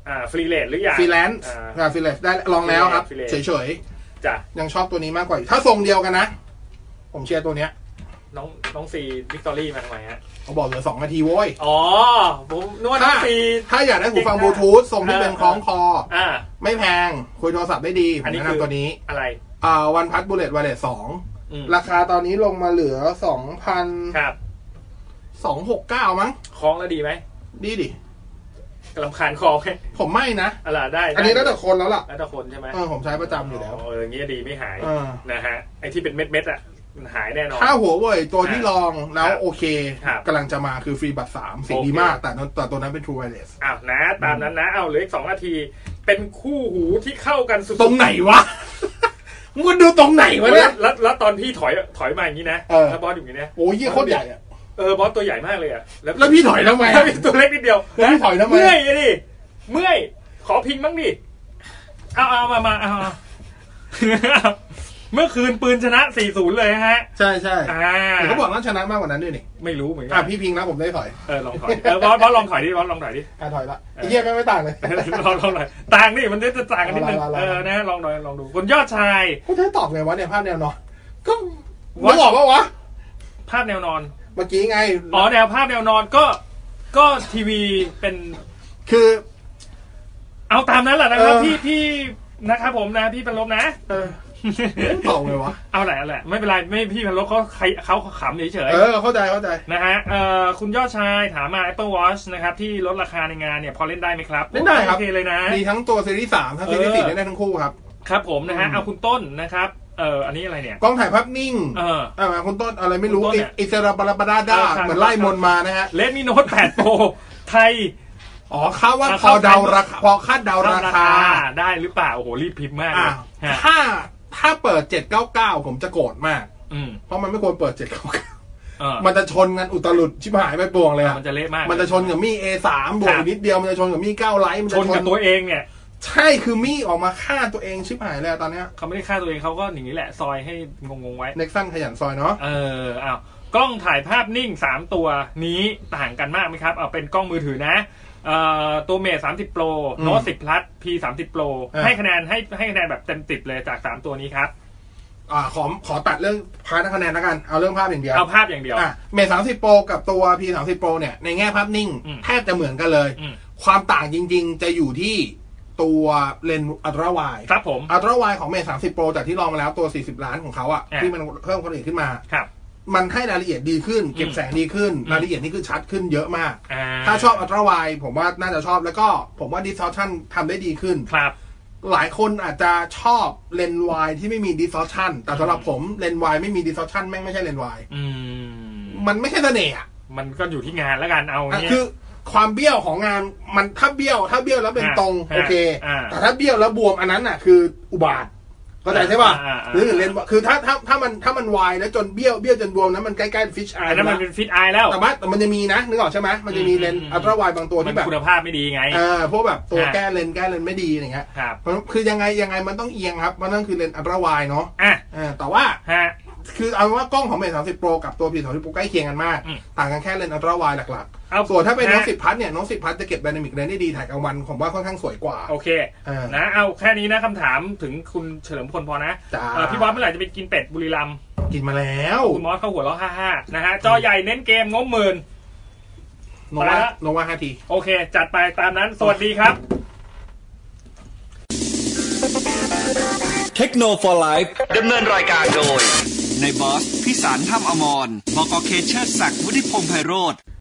อ่าฟรีเลสหรือยัง ฟรีแลนซ์ อ่า อ่าฟรีแลนซ์ได้ลองแล้วครับ Freelance เฉย จ้ะ ๆ ยังชอบตัวนี้มากกว่าอยู่ถ้าทรงเดียวกันนะ ผมเชียร์ตัวเนี้ย น้องน้องซีวิกตอรี่มาทำไมฮะ เขาบอกเหลือสองนาทีโว้ย อ๋อผมนึกว่าน้อง ถ้า ซี ถ้าอยากได้หูฟังบเก่ลู งนะ ทูธทรงที่เป็น เออ คล้องคอ อ่า ไม่แพง คุยโทรศัพท์ได้ดี ผ อัน ม นี้ แนะ คือ นำตัวนี้ อะไร อ่าวันพัทบุเลตวาเลตสอง อืม ราคาตอนนี้ลงมาเหลือสองพัน ครับ สองหกเก้ามั้ง คล้องแล้วดีไหม ดีดิ ลำคาญคอไหม ผมไม่นะ อะไรได้ อันนี้แล้วแต่คนแล้วล่ะ แล้วแต่คนใช่ไหม เออ ผมใช้ประจำอยู่แล้ว เอออย่างเงี้ยดีไม่หาย เออ นะฮะไอ้ที่เป็นเม็ดเม็ดๆอ่ะมันหายแน่นอน ถ้าหัวเว่ยตัวที่ลองแล้ว ครับ โอเค ครับ กำลังจะมาคือฟรีบัตรสามสียง โอเค ดีมาก แต่แต่ตัวนั้นเป็น True Wireless อ้าวนะตามนั้นนะเอาเหลืออีกสองนาที เป็นคู่หูที่เข้ากันสุดๆ ตรงไหนวะ มึงดูตรงไหนวะ แล้ เนี่ วย แล้วแล้วตอนพี่ถอยถอยมาอย่างนี้นะ เออ แล้วบอสอยู่อย่างนี้นะ โอ้ยยี่โคตรใหญ่อะ เออบอสตัวใหญ่มากเลยอ่ะแล้ว แล้วพี่ถอยทำไม แล้ว อะ มีตัวเล็กนิดเดียว แล้วพี่ถอยทำไม เมื่อยอะดิเมื่อยขอพิงบ้างดิเอาเอามามาเอาเอาเมื่อคืนปืนชนะ40เลยนะฮะ ใช่ใช่ อ่า แต่เขาบอกน่าชนะมากกว่านั้นด้วยนี่ ไม่รู้เหมือนกั อ่ะพี่พิงนะผมได้ถอย เออลองถอยเออบอสบอสลองถอยดิบอสลองถอยดิ อ่ะถอยละไอ้เหี้ยแม่งไม่ต่างเลย ลองลองหน่อยต่างนี่มันจะต่างกันนิดนึง ลองๆๆ เออนะลองหน่อยลองดูคนยอดชาย กูจะให้ตอบไงวะเนี่ยภาพแนวนอนก็ วะ บอกว่าวะ ภาพแนวนอน เมื่อกี้ไง อ๋อแนวภาพแนวนอนก็ก็ทีวีเป็น คือ เอาตามนั้นแหละนะครับ เออ พี่พี่นะครับผมนะพี่พันลบนะ เออตอบไงวะ เอาแหละเอาแหละไม่เป็นไรไม่พี่พันลบเขาใครเขาขำเฉย เออ เข้าใจเข้าใจ ๆนะฮะเอ่อคุณยอดชายถามมา Apple Watch นะครับที่ลดราคาในงานเนี่ยพอเล่นได้ไหมครับ เล่นได้ครับ โอเคเลยนะ มีทั้งตัวซีรีส์สามทั้ง เออ ซีรีส์สี่ได้ทั้งคู่ครับ ครับผมนะฮะเอาคุณต้นนะครับเอ่ออันนี้อะไรเนี่ย กล้องถ่ายภาพนิ่ง เออ อ่าคุณต้นอะไรไม่รู้ คุณต้นเนี่ย อิสราบาราบาดาด้า เออครับ เหมือนไล่มนต์มานะฮะ เลมิโนต8 Pro ไทย อ๋อคาดว่า อ่ะ พอเดา เข้าใจ ราคาพอคาดเดาราคา ได้หรือเปล่าโอ้โหรีบพิมพ์มากเล อ่ะ ยฮะ ถ้าถ้าเปิดเจ็ดเก้าเก้าผมจะโกรธมาก อืม เพราะมันไม่ควรเปิดเจ็ดเก้าเก้า เออ มันจะชนกันอุตลุดชิบหายไปปวงเลยอะ มันจะเละมาก มันจะชนกับมี่ A3 บวก ครั อี บ กนิดเดียว มันจะชนกับมี่9ไลท์มัน ช จะ นกับตัวเองเนี่ย ใช่คือมี่ออกมาฆ่าตัวเองชิบหายเลยอะตอนเนี้ย เขาไม่ได้ฆ่าตัวเองเขาก็หนีแหละซอยให้งงๆไว้ เน็กซันขยันซอยเนาะ เอออ้าวกล้องถ่ายภาพนิ่ง 3 ตัวนี้ต่างกันมากไหมครับ เอาเป็นกล้องมือถือนะเอ่อตัวเมท30 Pro โน้ต10 Plus P 30 Pro ให้คะแนนให้ให้คะแนนแบบเต็มติดเลยจาก 3 ตัวนี้ครับ อ่าขอขอตัดเรื่องพาร์ทคะแนนแล้วกัน เอาเรื่องภาพอย่างเดียว เอาภาพอย่างเดียว อ่ะเมทสามสิบโปรกับตัว P สามสิบโปรเนี่ย ในแง่ภาพนิ่ง อืม แทบจะเหมือนกันเลย อืม ความต่างจริง ๆ จะอยู่ที่ตัวเลนอัตราไว ครับผม อัตราไวของเมทสามสิบโปรจากที่ลองมาแล้วตัว 40 ล้านของเขาอะ อ่ะ ที่มันเพิ่มความละเอียดขึ้นมา ครับ มันให้รายละเอียดดีขึ้น เก็บ อืม แสงดีขึ้น อืม รายละเอียดนี่คือชัดขึ้นเยอะมาก อ่ ถ้าชอบอัตราไวผมว่าน่าจะชอบแล้วก็ผมว่าดิสซอ t ชันทำได้ดีขึ้น ครับ หลายคนอาจจะชอบเลนส์วายที่ไม่มีดิสซอ t ชันแต่สำหรับผมเลนส์วายไม่มีดิสซอ t ชันแม่งไม่ใช่เลนส์วาย อืม มันไม่ใช่เสน่ห์อะ มันก็อยู่ที่งานแล้วกันเอา อ่ะ เนี่ย คือความเบี้ยวของงานมันถ้าเบี้ยว ถ้าเบี้ยวแล้วเป็นตรง อ่า โอเค อ่า แต่ถ้าเบี้ยวแล้วบวมอันนั้นอ่ะคืออุบาทเข้าใจใช่ป่ะ อ่าอ่า หรือเลนส์วายคือถ้าถ้าถ้ามันถ้ามันวายแล้วจนเบี้ยวเบี้ยวจนบวมนั้นมันใกล้ๆฟิชอา อัน ย นั้นมันเป็นฟิตไอายแล้ว แต่ว่าแต่มันจะมีนะนึกออกใช่ไหมมันจะมีเลนส์ อืม อัลตร้าวายบางตัว มั ที่ น แบบ คุณภาพไม่ดีไง เออพวกแบบตัว อ่ะ แก้เลนส์แก้เลนส์ไม่ดีอย่างเงี้ย ครับ เพราะคือยังไงยังไงมันต้องเอียงครับเพราะนั่นคือเลนส์อัลตร้าวายเนาะ อ่ะ เออแต่ว่า ฮะ คือเอาว่ากล้องของเมทสามสิบโปรกับตัวพีสามสิบโปรใกล้เคียงกันมาก อืม ต่างกันแค่เลนส์อัลตร้าวายหลัก เอา ๆส่วนถ้าเป็น ฮะ น้องสิบพัทเนี่ยน้องสิบพัทจะเก็บไดนามิกเลนส์ได้ดีถ่ายกลางวันผมว่าค่อนข้างสวยกว่า โอเค เออ นะเอาแค่นี้นะคำถามถึงคุณเฉลิมพลพอนะ จ้า เอ่อพี่บอสเมื่อไหร่จะไปกินเป็ดบุรีรัมย์ กินมาแล้ว คุณมอสเข้าหัวเราะห้าๆนะฮะจอใหญ่เน้นเกมงบหมื่น โน ไป วา ละ โนวาห้าที โอเค จัดไปตามนั้น สวัสดีครับ เทคโนโลยี ดำเนินรายการโดย ในบอสพิสารถ้ำอมรบอกอเคเชอร์ศักดิ์วุฒิพงษ์ไพโรธ